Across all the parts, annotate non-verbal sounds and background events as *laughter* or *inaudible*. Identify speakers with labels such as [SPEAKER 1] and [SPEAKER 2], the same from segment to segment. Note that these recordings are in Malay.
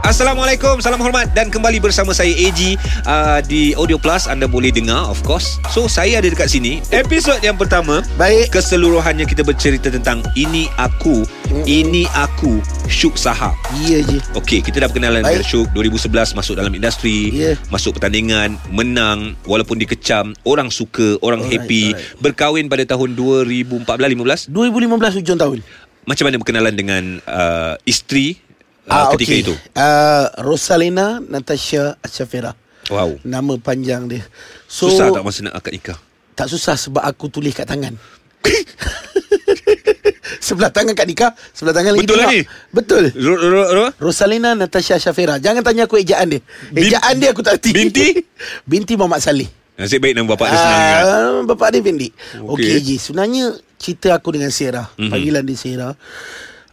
[SPEAKER 1] Assalamualaikum, salam hormat dan kembali bersama saya AG uh, di Audio Plus anda boleh dengar of course. So saya ada dekat sini. Episod yang pertama
[SPEAKER 2] Baik
[SPEAKER 1] keseluruhannya kita bercerita tentang ini aku, ini aku Syuk Sahab.
[SPEAKER 2] Iya je
[SPEAKER 1] Okey, kita dah berkenalan dengan
[SPEAKER 2] Baik.
[SPEAKER 1] Syuk 2011 masuk dalam industri,
[SPEAKER 2] Ya.
[SPEAKER 1] masuk pertandingan, menang walaupun dikecam, orang suka, orang
[SPEAKER 2] Alright,
[SPEAKER 1] happy.
[SPEAKER 2] alright.
[SPEAKER 1] Berkahwin pada tahun 2014 15.
[SPEAKER 2] 2015 hujung tahun
[SPEAKER 1] Macam mana berkenalan dengan uh, isteri uh,
[SPEAKER 2] Ah,
[SPEAKER 1] ketika
[SPEAKER 2] okey.
[SPEAKER 1] itu?
[SPEAKER 2] Ah, Rosalina Natasha Ashafira
[SPEAKER 1] Wow.
[SPEAKER 2] Nama panjang dia so,
[SPEAKER 1] Susah tak masa nak akad nikah?
[SPEAKER 2] Tak susah sebab aku tulis kat tangan *laughs* Sebelah tangan Kak Nika Sebelah tangan lagi
[SPEAKER 1] Betul
[SPEAKER 2] tengok.
[SPEAKER 1] lagi?
[SPEAKER 2] Betul
[SPEAKER 1] Ro, ro, ro.
[SPEAKER 2] Rosalina Natasha Shafira Jangan tanya aku ejaan dia Ejaan dia aku tak erti
[SPEAKER 1] Binti?
[SPEAKER 2] *laughs* Binti Muhammad Saleh
[SPEAKER 1] Nasib baik nama bapak dia senang ingat.
[SPEAKER 2] Ah, Bapak dia pendek
[SPEAKER 1] Okey.
[SPEAKER 2] Okey okay, Ji Sebenarnya Cerita aku dengan Sarah
[SPEAKER 1] Mhm.
[SPEAKER 2] mm-hmm. Panggilan dia Sarah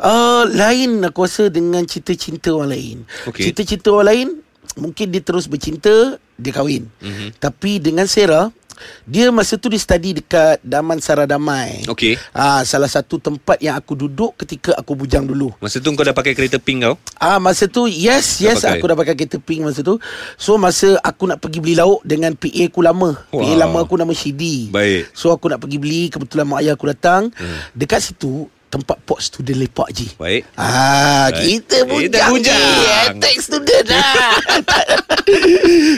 [SPEAKER 2] uh, Lain aku rasa Dengan cerita-cinta orang lain
[SPEAKER 1] Okey.
[SPEAKER 2] Cerita-cinta orang lain Mungkin dia terus bercinta Dia kahwin
[SPEAKER 1] Mhm.
[SPEAKER 2] mm-hmm. Tapi dengan Sarah Dia masa tu dia study Dekat Daman Saradamai
[SPEAKER 1] Okey.
[SPEAKER 2] Ah, salah satu tempat yang aku duduk ketika aku bujang dulu.
[SPEAKER 1] Masa tu kau dah pakai kereta pink kau?
[SPEAKER 2] Ah masa tu yes
[SPEAKER 1] Dah
[SPEAKER 2] yes
[SPEAKER 1] pakai?
[SPEAKER 2] aku dah pakai kereta pink masa tu. So masa aku nak pergi beli lauk dengan PA aku lama.
[SPEAKER 1] Wow.
[SPEAKER 2] Wow. PA lama aku nama Shidi.
[SPEAKER 1] Baik.
[SPEAKER 2] So aku nak pergi beli kebetulan mak ayah aku datang. Hmm. Dekat situ tempat pot student lepak je.
[SPEAKER 1] Baik.
[SPEAKER 2] Ah,
[SPEAKER 1] Baik.
[SPEAKER 2] kita
[SPEAKER 1] Kita bujang.
[SPEAKER 2] bujang. bujang. Tech student
[SPEAKER 1] *laughs*
[SPEAKER 2] lah.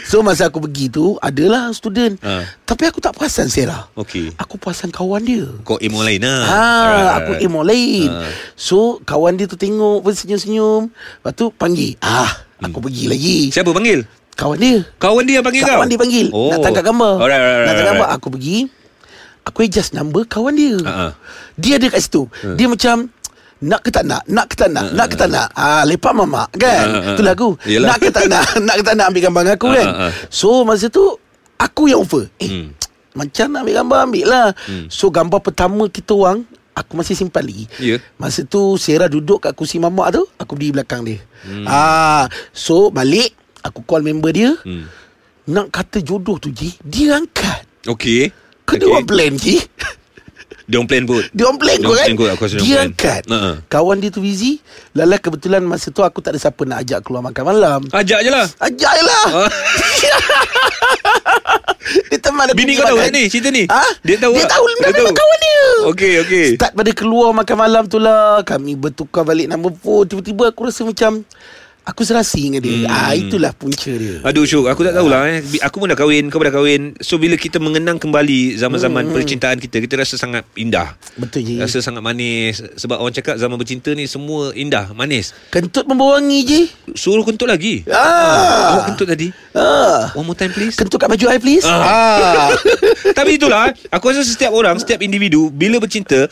[SPEAKER 2] so masa aku pergi tu adalah student.
[SPEAKER 1] Ha.
[SPEAKER 2] Tapi aku tak perasan Sarah.
[SPEAKER 1] Okey.
[SPEAKER 2] Aku perasan kawan dia.
[SPEAKER 1] Kau aim orang lain lah. Alright,
[SPEAKER 2] Ah, aku
[SPEAKER 1] alright.
[SPEAKER 2] aim orang lain.
[SPEAKER 1] Ah.
[SPEAKER 2] So kawan dia tu tengok pun senyum-senyum. Lepas tu panggil. Ah, aku
[SPEAKER 1] Hmm.
[SPEAKER 2] pergi lagi.
[SPEAKER 1] Siapa panggil?
[SPEAKER 2] Kawan dia.
[SPEAKER 1] Kawan dia yang panggil kau?
[SPEAKER 2] Kawan dia panggil.
[SPEAKER 1] Oh.
[SPEAKER 2] Nak tangkap gambar.
[SPEAKER 1] Alright, alright,
[SPEAKER 2] Nak tangkap
[SPEAKER 1] alright,
[SPEAKER 2] gambar aku pergi. Aku adjust number kawan dia.
[SPEAKER 1] Ha, ha.
[SPEAKER 2] Dia ada kat situ.
[SPEAKER 1] Hmm.
[SPEAKER 2] Dia macam nak ke tak nak Nak ke tak nak Nak ke tak nak ah, Lepak mamak kan
[SPEAKER 1] Ha, ha, ha.
[SPEAKER 2] Itulah aku
[SPEAKER 1] Yelah.
[SPEAKER 2] Nak ke tak
[SPEAKER 1] *laughs*
[SPEAKER 2] nak Nak ke tak nak ambil gambar dengan aku
[SPEAKER 1] Ha,
[SPEAKER 2] kan
[SPEAKER 1] ha, ha.
[SPEAKER 2] So masa tu Aku yang offer Eh
[SPEAKER 1] Hmm.
[SPEAKER 2] macam nak ambil gambar Ambil lah So gambar pertama kita orang Aku masih simpan lagi
[SPEAKER 1] Ya.
[SPEAKER 2] Masa tu Sarah duduk kat kursi mamak tu Aku berdiri belakang dia ah, So balik Aku call member dia
[SPEAKER 1] Hmm.
[SPEAKER 2] Nak kata jodoh tu Ji Dia angkat
[SPEAKER 1] Okey.
[SPEAKER 2] Kau
[SPEAKER 1] Okey.
[SPEAKER 2] okay. orang plan Ji
[SPEAKER 1] Dia orang plan pun.
[SPEAKER 2] Dia orang plan
[SPEAKER 1] Dia
[SPEAKER 2] kau
[SPEAKER 1] orang
[SPEAKER 2] kan
[SPEAKER 1] plan kot, aku rasa dia
[SPEAKER 2] Dia
[SPEAKER 1] orang plan.
[SPEAKER 2] angkat
[SPEAKER 1] Ha, ha.
[SPEAKER 2] Kawan dia tu busy Lala kebetulan masa tu Aku tak ada siapa nak ajak keluar makan malam
[SPEAKER 1] Ajak je lah.
[SPEAKER 2] Ajak je lah *laughs*
[SPEAKER 1] Ah.
[SPEAKER 2] Dia teman aku
[SPEAKER 1] Bini
[SPEAKER 2] pergi
[SPEAKER 1] kau tahu
[SPEAKER 2] makan.
[SPEAKER 1] tak ni cerita ni?
[SPEAKER 2] Ha?
[SPEAKER 1] Dia tahu
[SPEAKER 2] Dia
[SPEAKER 1] tak?
[SPEAKER 2] tahu
[SPEAKER 1] Dia
[SPEAKER 2] Dia
[SPEAKER 1] tahu.
[SPEAKER 2] tahu kawan dia
[SPEAKER 1] Okey, okey.
[SPEAKER 2] Start pada keluar makan malam tu lah Kami bertukar balik nombor phone Tiba-tiba aku rasa macam Aku serasi dengan dia hmm. ah, Itulah punca dia
[SPEAKER 1] Aduh Syuk Aku tak tahulah eh. Bi- Aku pun dah kahwin Kau pun dah kahwin So bila kita mengenang kembali Zaman-zaman
[SPEAKER 2] Hmm.
[SPEAKER 1] percintaan kita Kita rasa sangat indah
[SPEAKER 2] Betul je
[SPEAKER 1] Rasa sangat manis Sebab orang cakap Zaman bercinta ni Semua indah Manis
[SPEAKER 2] Kentut membawangi je
[SPEAKER 1] Suruh kentut lagi
[SPEAKER 2] Ah.
[SPEAKER 1] Awak kentut tadi
[SPEAKER 2] ah.
[SPEAKER 1] One more time please
[SPEAKER 2] Kentut kat baju I please
[SPEAKER 1] Ah. *laughs* Tapi itulah eh. Aku rasa setiap orang Setiap individu Bila bercinta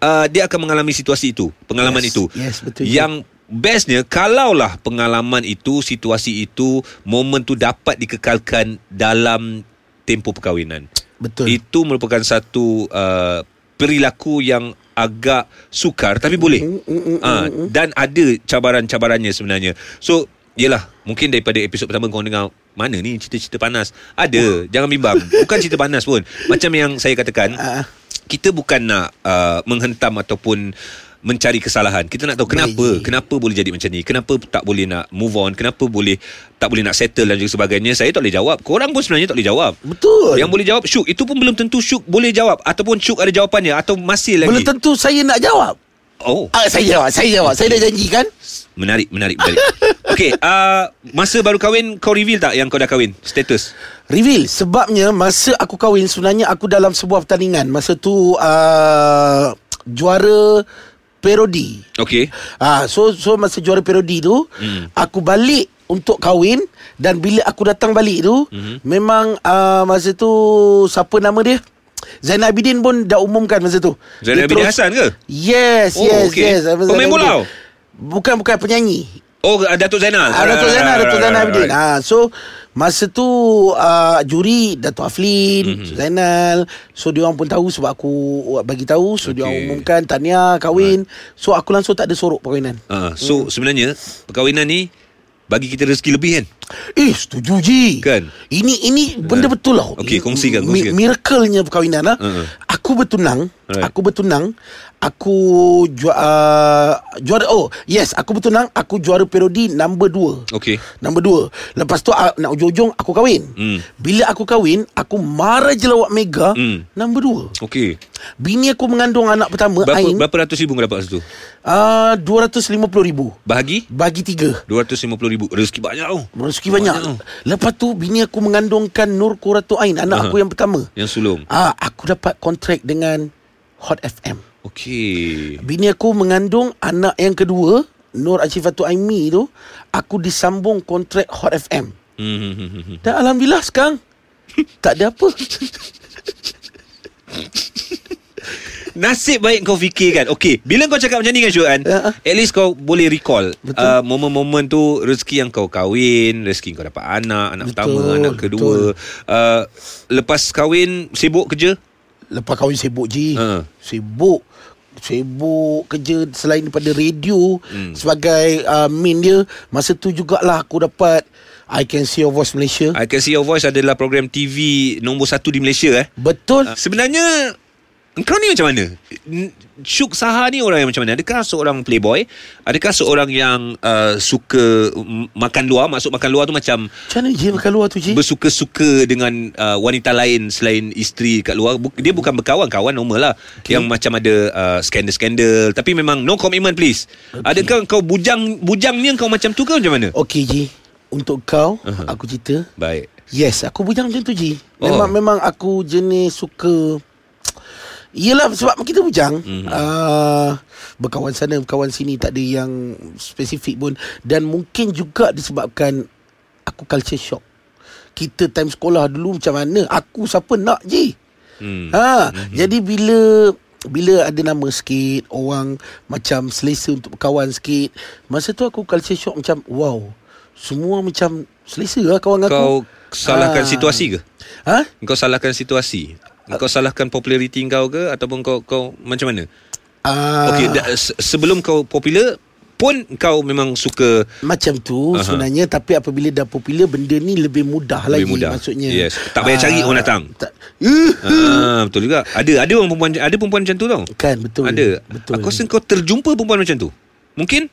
[SPEAKER 1] uh, Dia akan mengalami situasi itu Pengalaman
[SPEAKER 2] Ah. Yes.
[SPEAKER 1] itu
[SPEAKER 2] Yes, betul.
[SPEAKER 1] Yang bestnya Kalaulah pengalaman itu Situasi itu Momen tu dapat dikekalkan Dalam tempoh perkahwinan
[SPEAKER 2] Betul
[SPEAKER 1] Itu merupakan satu uh, Perilaku yang agak sukar Tapi boleh
[SPEAKER 2] Mm,
[SPEAKER 1] Ah, Dan ada cabaran-cabarannya sebenarnya So Yelah Mungkin daripada episod pertama kau dengar Mana ni cerita-cerita panas Ada Jangan bimbang Bukan cerita panas
[SPEAKER 2] *laughs*
[SPEAKER 1] pun Macam yang saya katakan
[SPEAKER 2] Ah.
[SPEAKER 1] Kita bukan nak uh, Menghentam ataupun mencari kesalahan kita nak tahu kenapa
[SPEAKER 2] Baik.
[SPEAKER 1] kenapa boleh jadi macam ni kenapa tak boleh nak move on kenapa boleh tak boleh nak settle dan juga sebagainya saya tak boleh jawab korang pun sebenarnya tak boleh jawab
[SPEAKER 2] Betul
[SPEAKER 1] yang boleh jawab Syuk Itu pun belum tentu Syuk boleh jawab Ataupun Syuk ada jawapannya Atau masih lagi
[SPEAKER 2] Belum tentu saya nak jawab
[SPEAKER 1] Oh
[SPEAKER 2] ah, Saya jawab Saya jawab Saya dah janji kan
[SPEAKER 1] Menarik Menarik menarik *laughs* Okay uh, Masa baru kahwin Kau reveal tak Yang kau dah kahwin Status
[SPEAKER 2] Reveal Sebabnya Masa aku kahwin Sebenarnya aku dalam sebuah pertandingan Masa tu uh, Juara Parodi
[SPEAKER 1] Okay
[SPEAKER 2] Ah, so so masa juara parodi tu
[SPEAKER 1] Hmm.
[SPEAKER 2] aku balik untuk kahwin dan bila aku datang balik tu
[SPEAKER 1] Mhm.
[SPEAKER 2] memang ah, masa tu siapa nama dia Zainal Abidin pun dah umumkan masa tu.
[SPEAKER 1] Zainal
[SPEAKER 2] Dia
[SPEAKER 1] Abidin
[SPEAKER 2] terus-
[SPEAKER 1] Hassan ke?
[SPEAKER 2] Yes,
[SPEAKER 1] Oh,
[SPEAKER 2] yes,
[SPEAKER 1] okey.
[SPEAKER 2] yes. Zainal
[SPEAKER 1] Pemain bola
[SPEAKER 2] Abidin.
[SPEAKER 1] tau?
[SPEAKER 2] Bukan bukan penyanyi.
[SPEAKER 1] Oh uh, Datuk Zainal
[SPEAKER 2] Ah, Dato'
[SPEAKER 1] Alright,
[SPEAKER 2] Zainal,
[SPEAKER 1] alright,
[SPEAKER 2] Dato' Zainal
[SPEAKER 1] alright,
[SPEAKER 2] Abidin.
[SPEAKER 1] alright.
[SPEAKER 2] Ah, so masa tu uh, juri Dato'
[SPEAKER 1] Mhm.
[SPEAKER 2] Aflin, mm-hmm. Zainal. So dia orang pun tahu sebab aku bagi tahu. So okay. dia orang
[SPEAKER 1] Okey.
[SPEAKER 2] umumkan Tania kahwin. So aku langsung tak ada sorok perkahwinan.
[SPEAKER 1] Ah,
[SPEAKER 2] Hmm.
[SPEAKER 1] So sebenarnya Perkahwinan ni Bagi kita rezeki lebih kan
[SPEAKER 2] Eh setuju Ji
[SPEAKER 1] Kan?
[SPEAKER 2] Ini ini benda betul lah
[SPEAKER 1] Okey, kongsikan,
[SPEAKER 2] Mi-
[SPEAKER 1] kongsikan.
[SPEAKER 2] Miracle-nya perkahwinan lah
[SPEAKER 1] Ha, ha.
[SPEAKER 2] uh-huh. aku bertunang,
[SPEAKER 1] Alright.
[SPEAKER 2] right. aku bertunang, aku ju- uh, juara oh, yes, aku bertunang, aku juara parodi number 2.
[SPEAKER 1] Okey.
[SPEAKER 2] Nombor dua Lepas tu ah, Nak ujung-ujung Aku kahwin
[SPEAKER 1] Hmm.
[SPEAKER 2] Bila aku kahwin Aku marah je lawak mega
[SPEAKER 1] Hmm.
[SPEAKER 2] Nombor dua
[SPEAKER 1] Okey.
[SPEAKER 2] Bini aku mengandung anak pertama
[SPEAKER 1] Berapa
[SPEAKER 2] Ain
[SPEAKER 1] berapa ratus ribu kau dapat situ?
[SPEAKER 2] uh, 250 ribu
[SPEAKER 1] Bahagi
[SPEAKER 2] Bagi tiga
[SPEAKER 1] 250 ribu Rezeki banyak tau
[SPEAKER 2] Rezeki banyak.
[SPEAKER 1] Banyak.
[SPEAKER 2] banyak Lepas tu Bini aku mengandungkan Nur Kuratu Ain Anak
[SPEAKER 1] Aha.
[SPEAKER 2] aku yang pertama
[SPEAKER 1] Yang sulung
[SPEAKER 2] Ah, Aku dapat kontrak dengan Hot FM
[SPEAKER 1] Okey
[SPEAKER 2] Bini aku mengandung Anak yang kedua Nur Achifatu Aimi tu Aku disambung kontrak Hot FM
[SPEAKER 1] Hmm, hmm, hmm, hmm, hmm.
[SPEAKER 2] Dan Alhamdulillah
[SPEAKER 1] *laughs*
[SPEAKER 2] sekarang Tak ada apa
[SPEAKER 1] Nasib baik kau fikirkan Okey Bila kau cakap macam ni kan Syuan
[SPEAKER 2] Ya.
[SPEAKER 1] At least kau boleh recall
[SPEAKER 2] Betul.
[SPEAKER 1] uh, Momen-momen tu Rezeki yang kau kahwin Rezeki kau dapat anak Anak
[SPEAKER 2] Betul,
[SPEAKER 1] pertama Anak kedua uh, Lepas kahwin Sibuk kerja
[SPEAKER 2] Lepas kahwin sibuk je
[SPEAKER 1] Ha.
[SPEAKER 2] Sibuk Sibuk kerja selain daripada radio
[SPEAKER 1] Hmm.
[SPEAKER 2] hmm. Sebagai uh, main dia Masa tu jugalah aku dapat I Can See Your Voice Malaysia I...
[SPEAKER 1] I Can See Your Voice adalah program TV Nombor satu di Malaysia eh
[SPEAKER 2] Betul
[SPEAKER 1] Uh, Sebenarnya Engkau ni macam mana? N- Syuk Saha ni orang yang macam mana? Adakah seorang playboy? Adakah seorang yang uh, suka mm, makan luar? Maksud makan luar tu macam
[SPEAKER 2] Macam mana je makan luar tu je
[SPEAKER 1] bersuka-suka dengan uh, wanita lain selain isteri kat luar. Bu- Dia bukan berkawan, kawan normal lah. Okay. Yang macam ada uh, skandal-skandal. Tapi memang no commitment please. Okay. Adakah kau bujang bujangnya kau macam tu ke macam mana?
[SPEAKER 2] Okey je Untuk kau
[SPEAKER 1] Aha.
[SPEAKER 2] uh-huh. Aku cerita
[SPEAKER 1] Baik.
[SPEAKER 2] Yes aku bujang macam tu je
[SPEAKER 1] Oh.
[SPEAKER 2] Memang memang aku jenis suka Yelah sebab kita bujang
[SPEAKER 1] Mhm.
[SPEAKER 2] mm-hmm. uh, Berkawan sana Berkawan sini Tak ada yang Spesifik pun Dan mungkin juga disebabkan Aku culture shock Kita time sekolah dulu Macam mana Aku siapa nak je
[SPEAKER 1] Hmm.
[SPEAKER 2] Ha, mm-hmm. jadi bila bila ada nama sikit, orang macam selesa untuk berkawan sikit. Masa tu aku culture shock macam wow. Semua macam selesa lah kawan aku.
[SPEAKER 1] Kau salahkan
[SPEAKER 2] Ah.
[SPEAKER 1] situasi ke?
[SPEAKER 2] Ha?
[SPEAKER 1] Engkau salahkan situasi Engkau salahkan populariti kau ke Ataupun kau kau macam mana
[SPEAKER 2] Ah,
[SPEAKER 1] Okey da, se- Sebelum kau popular Pun kau memang suka
[SPEAKER 2] macam
[SPEAKER 1] Aha.
[SPEAKER 2] tu uh-huh. sebenarnya tapi apabila dah popular benda ni lebih mudah
[SPEAKER 1] Lebih
[SPEAKER 2] lagi
[SPEAKER 1] mudah.
[SPEAKER 2] maksudnya. Ah,
[SPEAKER 1] Yes. Tak payah cari orang datang.
[SPEAKER 2] Tak, uh,
[SPEAKER 1] ah, Betul juga Ada ada orang perempuan Ada perempuan macam tu tau
[SPEAKER 2] kan betul.
[SPEAKER 1] Ada
[SPEAKER 2] Betul.
[SPEAKER 1] Aku rasa kau terjumpa perempuan macam tu Mungkin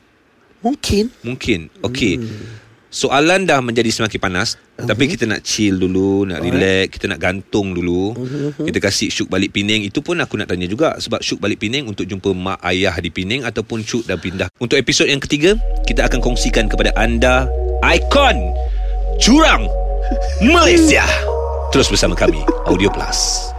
[SPEAKER 2] mungkin
[SPEAKER 1] Mungkin Okey
[SPEAKER 2] Hmm.
[SPEAKER 1] Soalan dah menjadi semakin panas uh-huh. Tapi kita nak chill dulu Nak
[SPEAKER 2] Alright. Hmm,
[SPEAKER 1] relax Kita nak gantung dulu uh-huh. Kita kasih Syuk balik Penang Itu pun aku nak tanya juga Sebab Syuk balik Penang Untuk jumpa mak ayah di Penang Ataupun Syuk dah pindah Untuk episod yang ketiga Kita akan kongsikan kepada anda Ikon Curang Malaysia Terus bersama kami Audio Plus